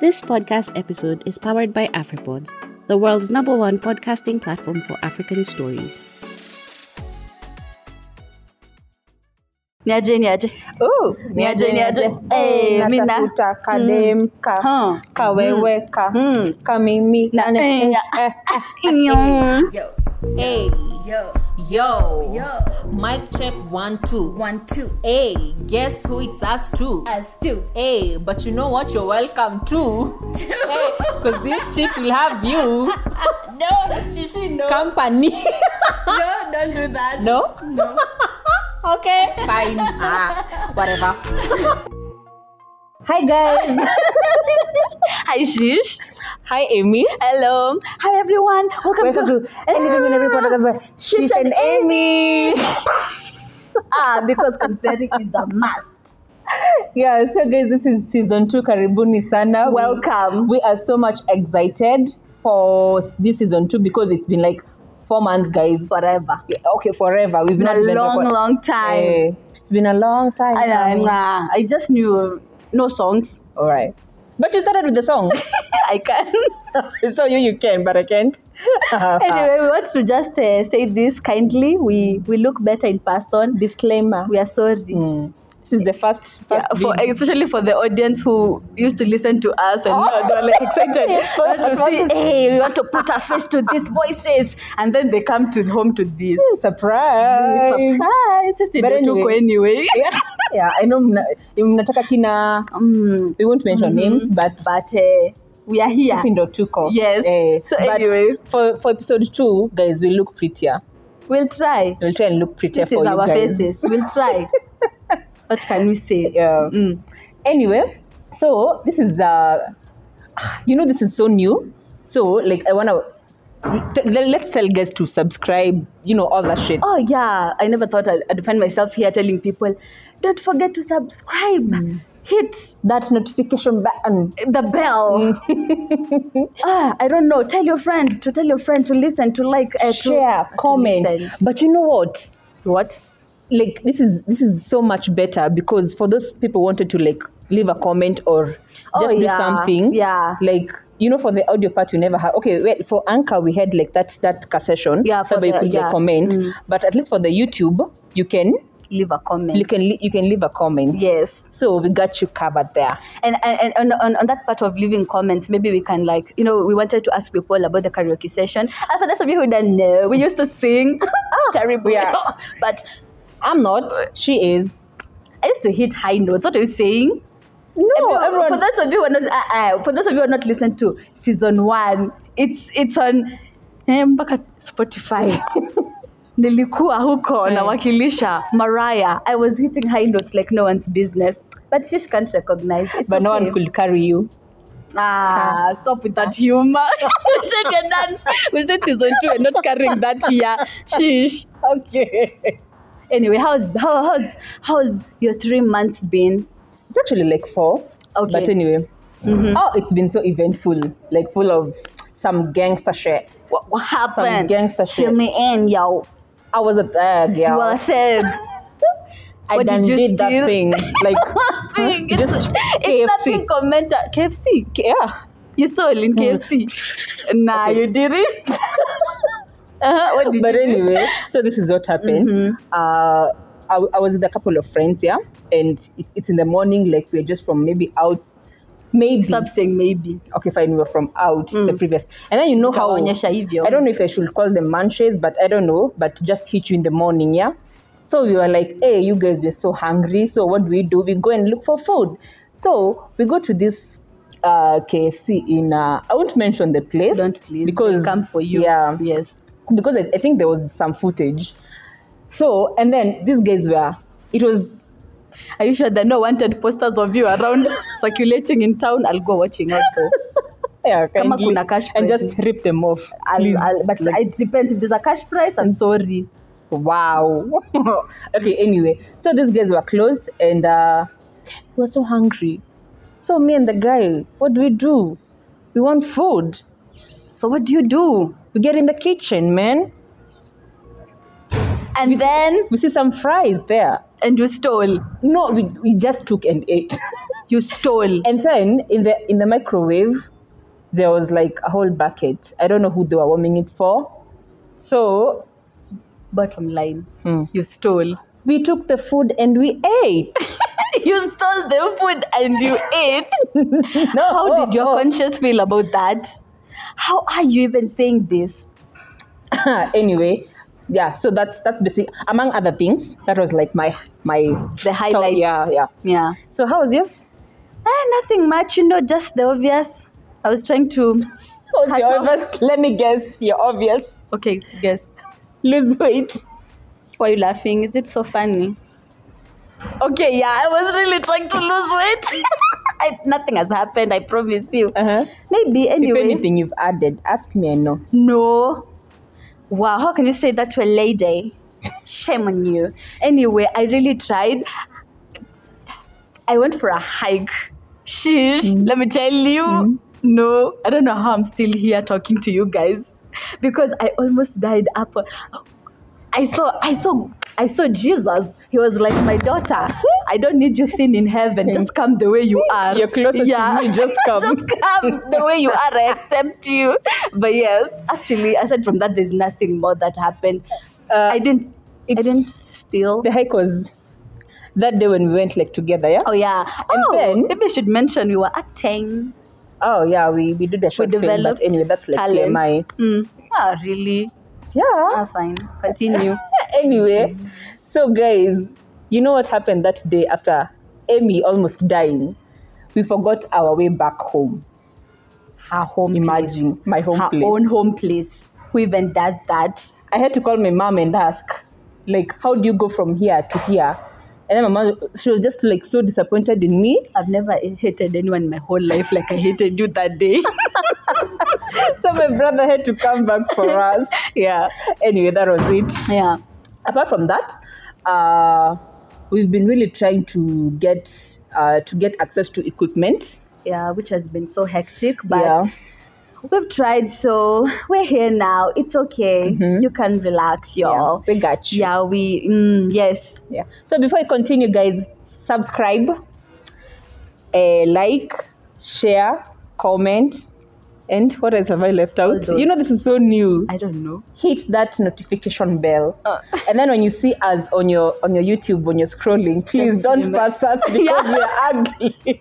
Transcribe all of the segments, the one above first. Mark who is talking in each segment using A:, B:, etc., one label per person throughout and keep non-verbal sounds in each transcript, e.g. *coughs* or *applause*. A: This podcast episode is powered by AfriPods, the world's number one podcasting platform for African stories.
B: niaje niaje
C: Oh,
B: niaje niaje Eh, mina
C: minatafuta kademka
B: Huh.
C: kaweweka
B: Hmm.
C: kamimi
B: Na-
C: nane-
B: eh,
C: eh,
B: na-
C: eh, eh.
B: Nyong.
D: Yo. Hey. Yo. Yo. Yo. Mic check one two. One two. Hey, guess who it's us to? Us two. Hey, but you know what? You're welcome to. Because these chicks will have you
E: No, she should no.
D: company. *laughs*
E: No, don't do that.
D: no. No. *laughs* okay. Fine. Ah, whatever.
C: hi guys
B: hi shish
C: hi amy
B: hello hi everyone welcome
C: Welcome
B: to
C: to Anything and Every Podcast by Shish and
B: amy ah because considering is a must
C: yeah so guys this is season two karibuni sana We-
B: Welcome.
C: we are so much excited for this season two because it's been like four months guys
B: forever
C: Yeah, okay forever we've
B: been
C: not
B: a
C: been
B: long
C: record-
B: long time
C: Eh, it's been a long time
B: I, I'm, uh, I just knew no songs
C: all right but you started with the song
B: *laughs* i
C: *laughs*
B: can't
C: so you you can but i can't
B: *laughs* anyway, we want to just uh, say this kindly. We we look better in person.
C: disclaimer
B: We are sorry.
C: Mm. *laughs* This is the first,
B: Yeah,
C: first
B: for,
C: video.
B: especially for the audience who used to listen to us
C: Oh.
B: and now they're
C: *laughs*
B: like excited
C: Yes,
B: They want to
C: for-
B: see, hey, we want to put a face to these voices, and then they come to home to this.
C: surprise.
B: *laughs* Surprise! Sisi
C: But
B: ndio tuko
C: anyway.
B: anyway. *laughs*
C: yeah, yeah, I know mna, mnataka kina
B: Mm,
C: we won't mention names but
B: but uh, we are here.
C: sisi ndo tuko.
B: Yes.
C: Eh,
B: So
C: but
B: anyway.
C: for for episode 2 guys we look prettier.
B: We'll try.
C: We'll try and look prettier
B: This is
C: for you
B: our
C: guys.
B: faces. We'll
C: *laughs*
B: try. what can we say?
C: Yeah.
B: Mm.
C: Anyway, so this is uh you know this is so new. So like I want to let's tell guys to subscribe, you know all that shit.
B: oh yeah i never thought i'd, I'd find myself here telling people don't forget to subscribe
C: Hmm.
B: hit
C: That notification button.
B: the
C: *laughs*
B: bell ah, i don't know tell your friend to tell your friend to listen to like uh, to-
C: share,
B: to
C: comment.
B: listen.
C: But you know what?
B: what
C: Like this is this is so much better because for those people wanted to like leave a comment or just
B: Oh,
C: do
B: yeah,
C: something.
B: yeah.
C: Like you know, for the audio part, we never had. Okay, well, for Anchor, we had like that that session.
B: Yeah, for
C: whereby you
B: the-
C: could
B: yeah.
C: like, comment.
B: Mm.
C: But at least for the YouTube, you can
B: leave a comment
C: you can le- you can leave a comment.
B: yes
C: So we got you covered there.
B: and and, and on, on, on that part of leaving comments maybe we can like you know we wanted to ask people about the karaoke session Ah, and for those of you who don't know we used to
C: *laughs*
B: sing *laughs* terrible
C: yeah.
B: but
C: I'm not. She is.
B: i used to hit high notes what are you saying
C: No,
B: Everyone- for those of you who are not uh, uh, for those of you who are not listening to season one it's it's on eh, mpaka
C: *laughs*
B: spotify nilikuwa
C: Eh.
B: huko nawakilisha mariah i was hitting high notes like no one's business but she can't recognize It's
C: but no
B: okay.
C: one could carry you.
B: ah stop with that
C: *laughs*
B: humor we said you're done we said season two we're not carrying that here shish
C: Okay.
B: anyway how's how, how's how's your three months been
C: It's actually like four.
B: Okay. Mm-hmm.
C: But anyway. Oh, it's been so eventful. Like full of some gangster shit.
B: what, what happened
C: gangster shit.
B: fill me in yo
C: I was a thug, yeah.
B: Well said. *laughs*
C: I
B: what
C: done
B: did you
C: did that
B: steal?
C: thing.
B: *laughs*
C: Like
B: Nothing.
C: just
B: It's
C: KFC.
B: nothing commenter. KFC.
C: yeah.
B: ah, You stole in KFC. nah, you *laughs* didn't. uh-huh. What did
C: But
B: you do? Mm-hmm.
C: anyway, so this is what happened. Uh, I, I was with a couple of friends, yeah, and it, it's in the morning. Like we're just from maybe out, maybe
B: Stop saying maybe.
C: okay, fine, we were from out the previous. And then you know how
B: Hmm. Ikawaonyesha hivyo.
C: I don't know if I should call them manches, but I don't know. But just hit you in the morning, yeah. So we were like, hey, you guys were so hungry. So what do we do? We go and look for food. So we go to this uh, KFC in. Uh, I won't mention the place.
B: Don't please.
C: because
B: They'll come for you.
C: Yeah,
B: Yes.
C: because I, I think there was some footage. So and then these guys were. It was
B: Are you sure there are no wanted posters of you around *laughs* circulating in town? I'll go watching *laughs* also.
C: yeah,
B: Kama
C: kindly,
B: kuna cash
C: and
B: prize.
C: just rip them off. please.
B: I'll, I'll, but
C: Like-
B: it depends. If there's a cash price, I'm sorry.
C: Wow. *laughs* okay, anyway. So these guys were closed and uh, we were so hungry. So me and the guy, what do we do? We want food.
B: So what do you do?
C: We get in the kitchen, man.
B: And then,
C: We see some fries there.
B: and you stole.
C: No, we, we just took and ate. *laughs*
B: You stole.
C: And then in the in the microwave, there was like a whole bucket. I don't know who they were warming it for. So
B: Bottom line,
C: Hmm.
B: you stole.
C: we took the food and we ate.
B: *laughs* you stole the food and you ate.
C: *laughs* No,
B: How
C: oh,
B: did your
C: oh.
B: conscience feel about that? How are you even saying this?
C: *laughs* anyway, yeah. So that's that's basically among other things. That was like my my
B: The highlight.
C: Yeah, yeah.
B: Yeah.
C: So how was yours?
B: Eh, nothing much, you know, just the obvious. I was trying to.
C: *laughs* Oh,
B: Cut
C: you're
B: off.
C: obvious. Let me guess. You're obvious.
B: Okay, guess.
C: Lose weight.
B: Why are you laughing? Is it so funny? Okay, yeah, I was really trying to lose weight. *laughs* I, nothing has happened, I promise you.
C: Uh-huh.
B: Maybe, anyway.
C: If anything you've added, ask me. I know.
B: No. Wow, how can you say that to a lady? Shame on you. Anyway, I really tried. I went for a hike. Sheesh,
C: Hmm.
B: let me tell you. No, I don't know how I'm still here talking to you guys because I almost died up. I saw, I saw, I saw Jesus. He was like, my daughter, I don't need you seen in heaven. Just come the way you are.
C: You're closer to me, just
B: *laughs*
C: come.
B: just come the way you are. I accept you. But yes, actually, aside from that, there's nothing more that happened.
C: Uh,
B: I didn't, I didn't steal.
C: The hike was that day when we went like together. Yeah.
B: Oh yeah.
C: And
B: oh,
C: then-
B: maybe I should mention we were acting.
C: Oh yeah, we, we did a
B: We
C: short film,
B: developed
C: but anyway, that's like
B: talent.
C: *laughs* TMI.
B: Mm. Ah, really?
C: Yeah.
B: Ah, fine.
C: *laughs*
B: Continue.
C: anyway, so guys, you know what happened that day after Amy almost dying? We forgot our way back home.
B: Her home.
C: Imagine my home
B: place. her
C: place.
B: own home place. Who even does that?
C: I had to call my mom and ask, like, how do you go from here to here? And then my mom, she was just like so disappointed in me. *laughs*
B: I've never hated anyone in my whole life like I hated you that day. *laughs*
C: So my brother had to come back for us.
B: yeah.
C: Anyway, that was it.
B: Yeah.
C: apart from that, uh, we've been really trying to get uh, to get access to equipment.
B: Yeah, which has been so hectic, but
C: yeah,
B: we've tried, so we're here now. It's okay. You can relax,
C: Mm-hmm. yeah,
B: y'all.
C: we got you.
B: Yeah, we, mm, yes.
C: yeah. So before I continue, guys, subscribe, uh, like, share, comment, and what else have I left out?
B: those.
C: You know, this is so new.
B: I don't know.
C: Hit that notification bell,
B: Uh.
C: and then when you see us on your on your YouTube when you're scrolling, please don't
B: remember.
C: pass us because
B: *laughs* Yeah.
C: we're ugly.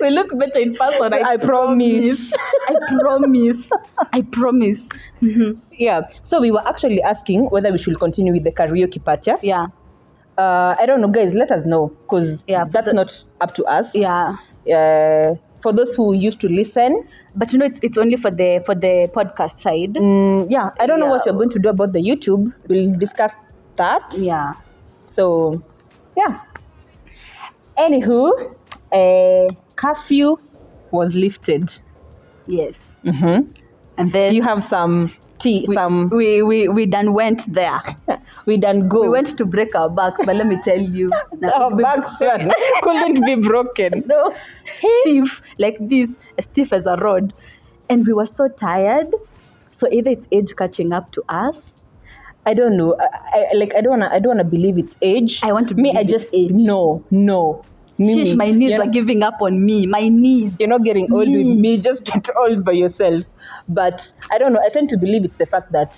B: We look better in person. I,
C: I promise.
B: I promise. I promise. Mhm.
C: Yeah. So we were actually asking whether we should continue with the karaoke part. Yeah.
B: Yeah,
C: Uh, I don't know, guys. Let us know because
B: Yeah,
C: that's
B: the-
C: not up to us.
B: yeah.
C: Uh, for those who used to listen,
B: But you know, it's, it's only for the for the podcast side.
C: mm, yeah, I don't know what
B: Yeah.
C: we're going to do about the YouTube. We'll discuss that.
B: Yeah.
C: So, yeah. Anywho, uh, curfew was lifted.
B: Yes.
C: Mm-hmm.
B: And then
C: You have some tea,
B: we,
C: some.
B: we, we we done went
C: *laughs*
B: there.
C: We done go.
B: We went to break our backs, but let me tell you,
C: *laughs* Our
B: we-
C: backs were- Oh, *laughs* couldn't be broken.
B: no, *laughs* stiff like this, as stiff as a rod, and we were so tired. So either it's age catching up to us.
C: I don't know. I, I like. I don't wanna. I don't wanna believe it's age.
B: I want to
C: Me. I
B: believe it's
C: just
B: age.
C: no. No. Mimi,
B: Sheesh, my knees
C: you're,
B: are giving up on me. My knees.
C: you're not getting old with
B: Mm.
C: me. Just get old by yourself. But I don't know. I tend to believe it's the fact that,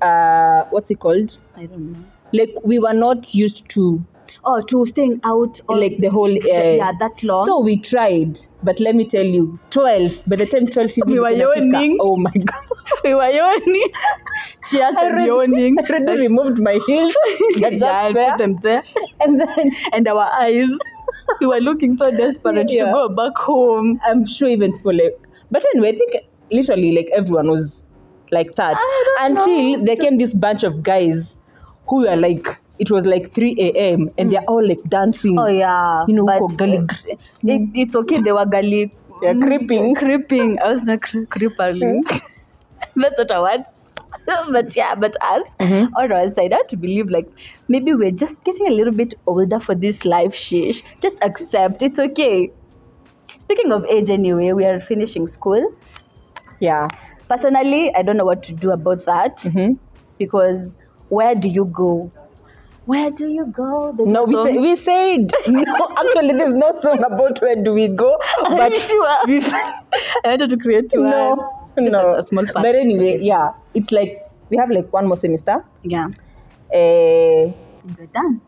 C: uh, what's it called?
B: I don't know.
C: Like we were not used to
B: Oh, to staying out. All,
C: like the whole. Uh,
B: yeah, that
C: *laughs*
B: long.
C: So we tried. But let me tell you, twelve. By the time twelve,
B: We were
C: people in Africa-
B: yawning.
C: Oh my god! *laughs*
B: we were yawning. *laughs* She had
C: I
B: them
C: already,
B: yawning.
C: *laughs* I already removed my heels.
B: *laughs*
C: They're just
B: yeah, I
C: there.
B: put them there.
C: *laughs* And then
B: And our eyes. We were looking so desperate to
C: Yeah.
B: go back home.
C: I'm sure even for like, but anyway, I think literally like everyone was like that
B: I don't
C: until
B: know.
C: there came this bunch of guys who were like, it was like 3 a.m. and they're all like dancing.
B: Oh yeah,
C: You know,
B: but,
C: for gully.
B: uh, It, it's okay. They were gully.
C: They are creeping.
B: Mm. *laughs*
C: Hmm.
B: creeping. I was not cre- creeperly. *laughs* That's what I want. *laughs* but yeah, but us
C: Mm-hmm.
B: on our side, I have to believe like maybe we're just getting a little bit older for this life, shish. Just accept it's okay. Speaking of age, anyway, we are finishing school.
C: Yeah. Mm-hmm.
B: Personally, I don't know what to do about that
C: hmm
B: because where do you go? Where do you go? There's
C: No,
B: a
C: we,
B: song.
C: say, we said no. Actually, there's no song about where do we
B: *laughs*
C: go,
B: Are
C: *laughs* but
B: you sure?
C: we said
B: I wanted to create two.
C: no,
B: Just
C: no.
B: a- a small part.
C: But anyway, yeah, it's like we have like one more semester.
B: Yeah.
C: Uh,
B: And we're done.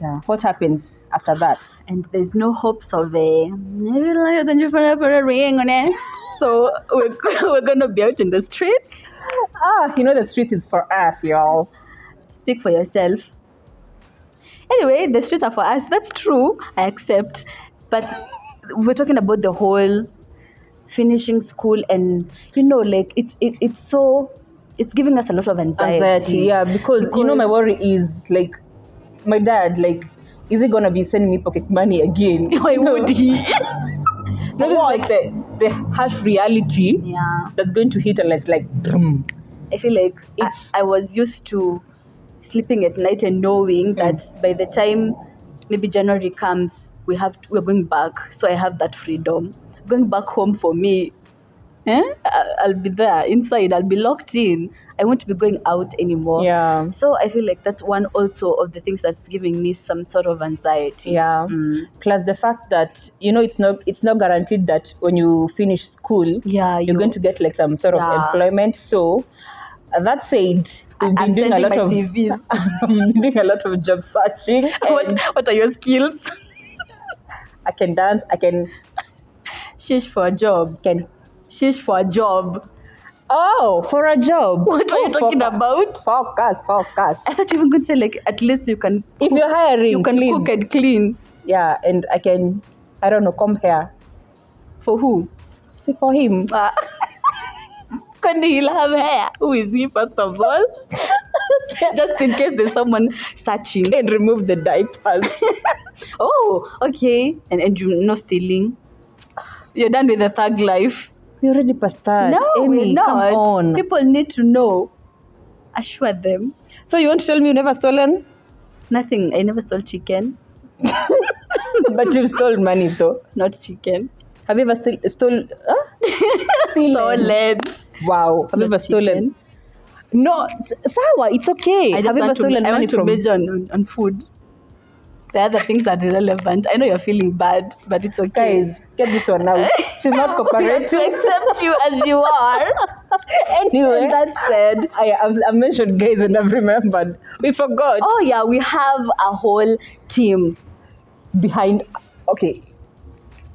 C: yeah. What happens after that?
B: And there's no hopes of a maybe like than you for a ring on it. So we're, *laughs* we're gonna be out in the street.
C: Ah, you know the street is for us, y'all.
B: Speak for yourself. Anyway, the streets are for us. That's true. I accept. But we're talking about the whole finishing school and you know, like it's it, it's so it's giving us a lot of anxiety.
C: Anxiety, yeah, because, you know my
B: Because-
C: worry is like my dad, like, is he gonna be sending me pocket money again?
B: *laughs* Why
C: No. *laughs*
B: would he?
C: No, this is like the, the harsh reality
B: yeah.
C: that's going to hit unless like boom.
B: I feel like I, I was used to sleeping at night and knowing
C: Mm.
B: that by the time maybe January comes, we have to, we're going back. So I have that freedom. Going back home for me, eh? I- I'll be there inside. I'll be locked in. I won't be going out anymore.
C: Yeah.
B: So I feel like that's one also of the things that's giving me some sort of anxiety.
C: Yeah.
B: Mm.
C: Plus the fact that you know it's not it's not guaranteed that when you finish school
B: Yeah,
C: you're
B: you-
C: going to get like some sort of
B: Yeah.
C: employment. So uh, that said, we've been
B: I'm
C: doing a
B: sending
C: lot
B: my
C: of *laughs*
B: CVs.
C: I've been doing a lot of job searching.
B: What,
C: and
B: what are your skills?
C: I can dance. I can
B: Shish for a job.
C: can.
B: Shish for a job.
C: Oh, for a job.
B: What are
C: oh,
B: you talking
C: for-
B: about?
C: Focus, focus.
B: I thought you were going to say like at least you can
C: If you're hiring,
B: you can
C: please.
B: cook and clean
C: yeah, and I can, I don't know, come here.
B: for who?
C: See for him.
B: *laughs* Ah. Kwani he'll have hair. Who is he first
C: *laughs*
B: of all? Just in case there's someone searching.
C: and remove the diapers.
B: *laughs* Oh, okay. And and you no stealing. You're done with the thug life.
C: we already passed that.
B: no,
C: Amy,
B: we're not.
C: come on.
B: People need to know. Assure them.
C: So you want to tell me you never stolen? *laughs*
B: Nothing. I never stole chicken.
C: but you've stolen money though.
B: Not chicken.
C: Have you ever still stole? *laughs* Huh?
B: Stolen.
C: Wow. Have you
B: Not
C: ever stolen?
B: chicken.
C: No, s- sawa. It's okay.
B: I
C: Have
B: just
C: you ever
B: want to,
C: stolen
B: I
C: money
B: want to
C: from?
B: major on, on, on food. The other things are irrelevant. I know you're feeling bad, but it's okay.
C: Guys, get this one *laughs* out. She's not
B: we *laughs* have to
C: cooperating.
B: accept you as you *laughs* are.
C: anyway,
B: And that said,
C: I, I've, I mentioned guys and I've remembered. We forgot.
B: oh yeah, we have a whole team.
C: Behind, okay,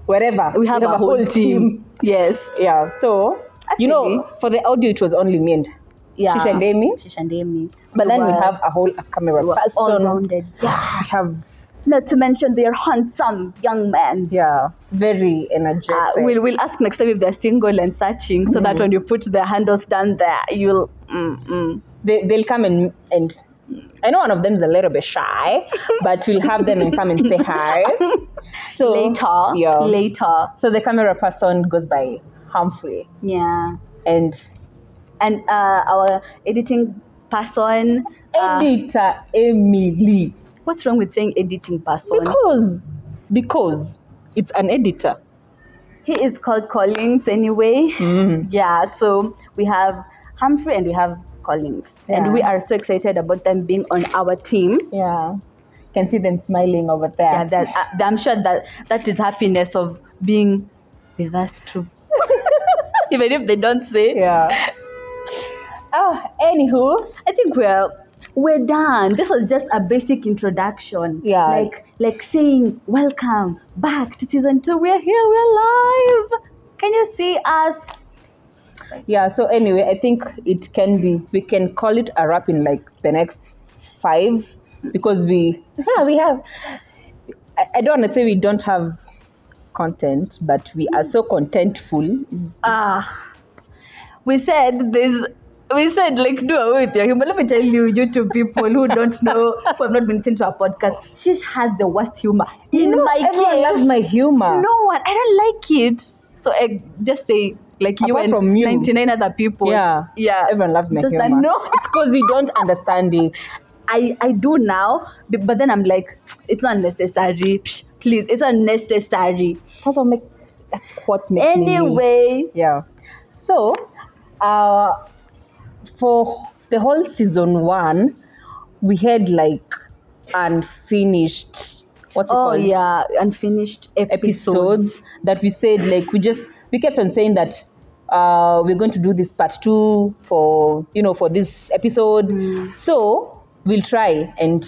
C: wherever.
B: We have
C: *laughs*
B: a whole team. Yes.
C: Yeah, so, you know,
B: Actually-
C: for the audio, it was only me and
B: Yeah.
C: Shisha and Amy.
B: Shisha and Amy.
C: But then we
B: were-
C: have a whole camera
B: we were
C: person.
B: all rounded. Yeah.
C: We have,
B: Not to mention they're handsome young men.
C: yeah, very energetic.
B: Uh, we'll, we'll ask next time if they're single and searching so that when you put their handles down there, you'll. Mm, mm.
C: they, they'll come and, and I know one of them is a little bit shy, but we'll have them and come and say hi. So
B: later.
C: yeah.
B: Later.
C: So the camera person goes by Humphrey,
B: Yeah.
C: and
B: And uh, our editing person. uh,
C: editor Emily
B: what's wrong with saying editing person?
C: because because it's an editor.
B: he is called Collins anyway.
C: Mm.
B: Yeah. So we have Humphrey and we have Collins,
C: Yeah.
B: and we are so excited about them being on our team.
C: Yeah, can see them smiling over there.
B: Yeah, that, uh, I'm sure that that is happiness of being with us
C: *laughs*
B: too. Even if they don't say,
C: yeah. *laughs* Ah, anywho,
B: I think we're we're done. This was just a basic introduction.
C: Yeah.
B: Like like saying welcome back to season two. We're here. We're live. Can you see us?
C: yeah. So anyway, I think it can be we can call it a wrap in like the next five because we yeah, we have. I, I don't want to say we don't have content, but we are so contentful.
B: Ah, we said this. We said like do away with your humor. Let me tell you, you two people who don't know, who have not been listening to our podcast, she has the worst humor. In
C: No,
B: my
C: everyone
B: case,
C: loves my humor.
B: no one. I don't like it. So I just say like you
C: Apart
B: and
C: from you.
B: 99 other people.
C: Yeah.
B: Yeah.
C: Everyone loves my
B: Just
C: humor.
B: that, no.
C: It's because we don't understand it.
B: I, I do now, b- but then I'm like, it's not necessary. Psh, Please, it's not necessary.
C: That's what make that's what makes me-
B: Anyway,
C: Yeah. So uh for the whole season one, we had like unfinished. What's it
B: oh
C: called?
B: yeah unfinished episodes,
C: episodes that we said like we just we kept on saying that uh, we're going to do this part two for you know for this episode
B: Mm.
C: so we'll try and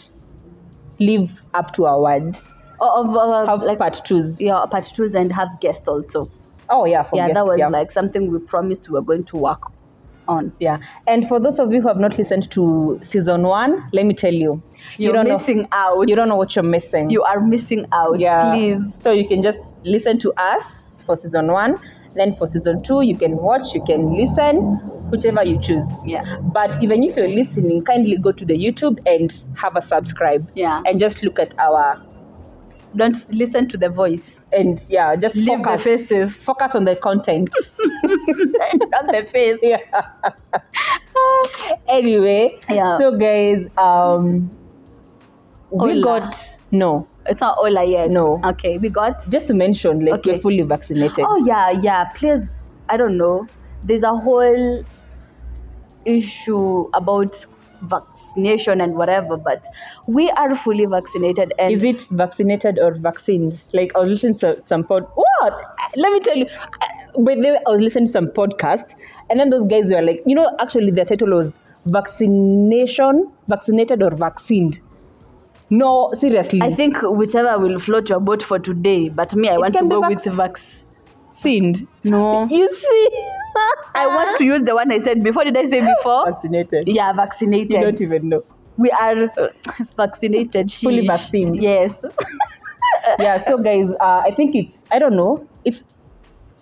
C: live up to our word
B: Oh, of, of-
C: have
B: of, like
C: part twos
B: yeah part twos and have guests also
C: oh yeah for
B: yeah
C: guests,
B: that was
C: yeah.
B: like something we promised we were going to work on
C: yeah and for those of you who have not listened to season one let me tell you you
B: you're
C: don't
B: missing
C: know
B: out
C: you don't know what you're missing
B: you are missing out
C: yeah
B: please
C: so you can just listen to us for season one then for season two you can watch you can listen whichever you choose
B: Yeah.
C: but even if you're listening kindly go to the youtube and have a subscribe
B: Yeah.
C: and just look at our
B: don't listen to the voice
C: and yeah just
B: leave the
C: focus *laughs*
B: faces
C: focus on the content *laughs*
B: not the face
C: yeah anyway
B: Yeah.
C: so guys um we
B: Hola.
C: got no
B: it's not all yet
C: No.
B: okay we got
C: just to mention like
B: Okay.
C: we're fully vaccinated
B: Oh yeah, yeah. Please, I don't know. There's a whole issue about vaccination and whatever, but we are fully vaccinated and
C: is it vaccinated or vaccines? Like I was listening to some pod. What? Let me tell you. By the way, I was listening to some podcast, and then those guys were like, you know, actually their title was vaccination, vaccinated or vaccined. No, seriously.
B: I think whichever will float your boat for today. But me, I want to
C: can be
B: go
C: vac-
B: with vax.
C: vaccined.
B: No,
C: You see,
B: *laughs* I want to use the one I said before. Did I say
C: *laughs*
B: before?
C: vaccinated.
B: Yeah,
C: You don't
B: vaccinated.
C: even know.
B: We are *laughs* uh, vaccinated.
C: Fully
B: sheesh.
C: vaccinated.
B: Yes.
C: Yeah. So guys, uh, I think it's. I don't know. It's.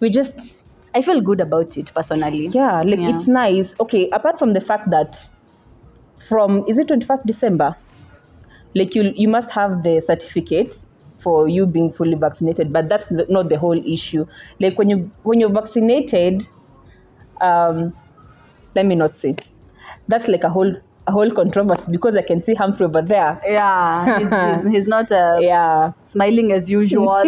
C: We just
B: *laughs* I feel good about it personally.
C: Yeah, like
B: Yeah.
C: it's nice. Okay, apart from the fact that from is it twenty first December, like you you must have the certificate for you being fully vaccinated, but that's the, not the whole issue. Like when you when you're vaccinated, um, let me not say, that's like a whole a whole controversy because I can see Humphrey over there.
B: Yeah.
C: *laughs*
B: He's, he's, he's not a
C: Yeah,
B: smiling as usual.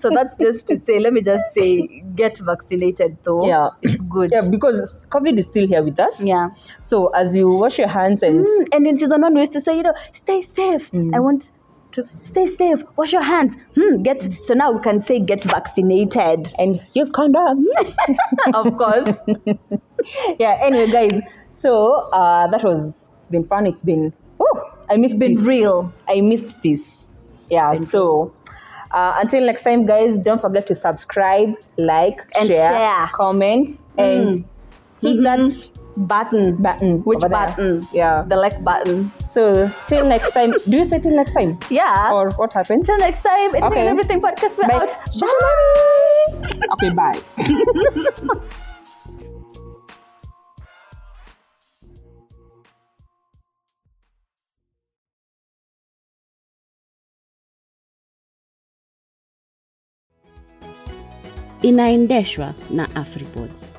B: so that's just to say, let me just say, get vaccinated though.
C: Yeah.
B: It's *coughs* good.
C: yeah, because COVID is still here with us.
B: Yeah.
C: So as you wash your hands and
B: Mm, and in season one, we used to say, you know, stay safe.
C: Mm.
B: I want to stay safe. Wash your hands. Hmm, get so now we can say get vaccinated. *laughs*
C: and use condom.
B: of course.
C: yeah anyway guys so uh that was it's been fun it's been oh i missed
B: Been
C: this.
B: real.
C: i missed this yeah so uh, until next time guys don't forget to subscribe like
B: And share. Mm.
C: comment and hit that button button
B: Which
C: over there.
B: button?
C: yeah
B: The like button.
C: so till next time do you say till next time
B: Yeah.
C: or what happens
B: Till next time, it's
C: Okay.
B: okay. everything podcast. We're
C: Bye.
B: out. Bye.
C: okay bye
A: inaendeshwa na afribods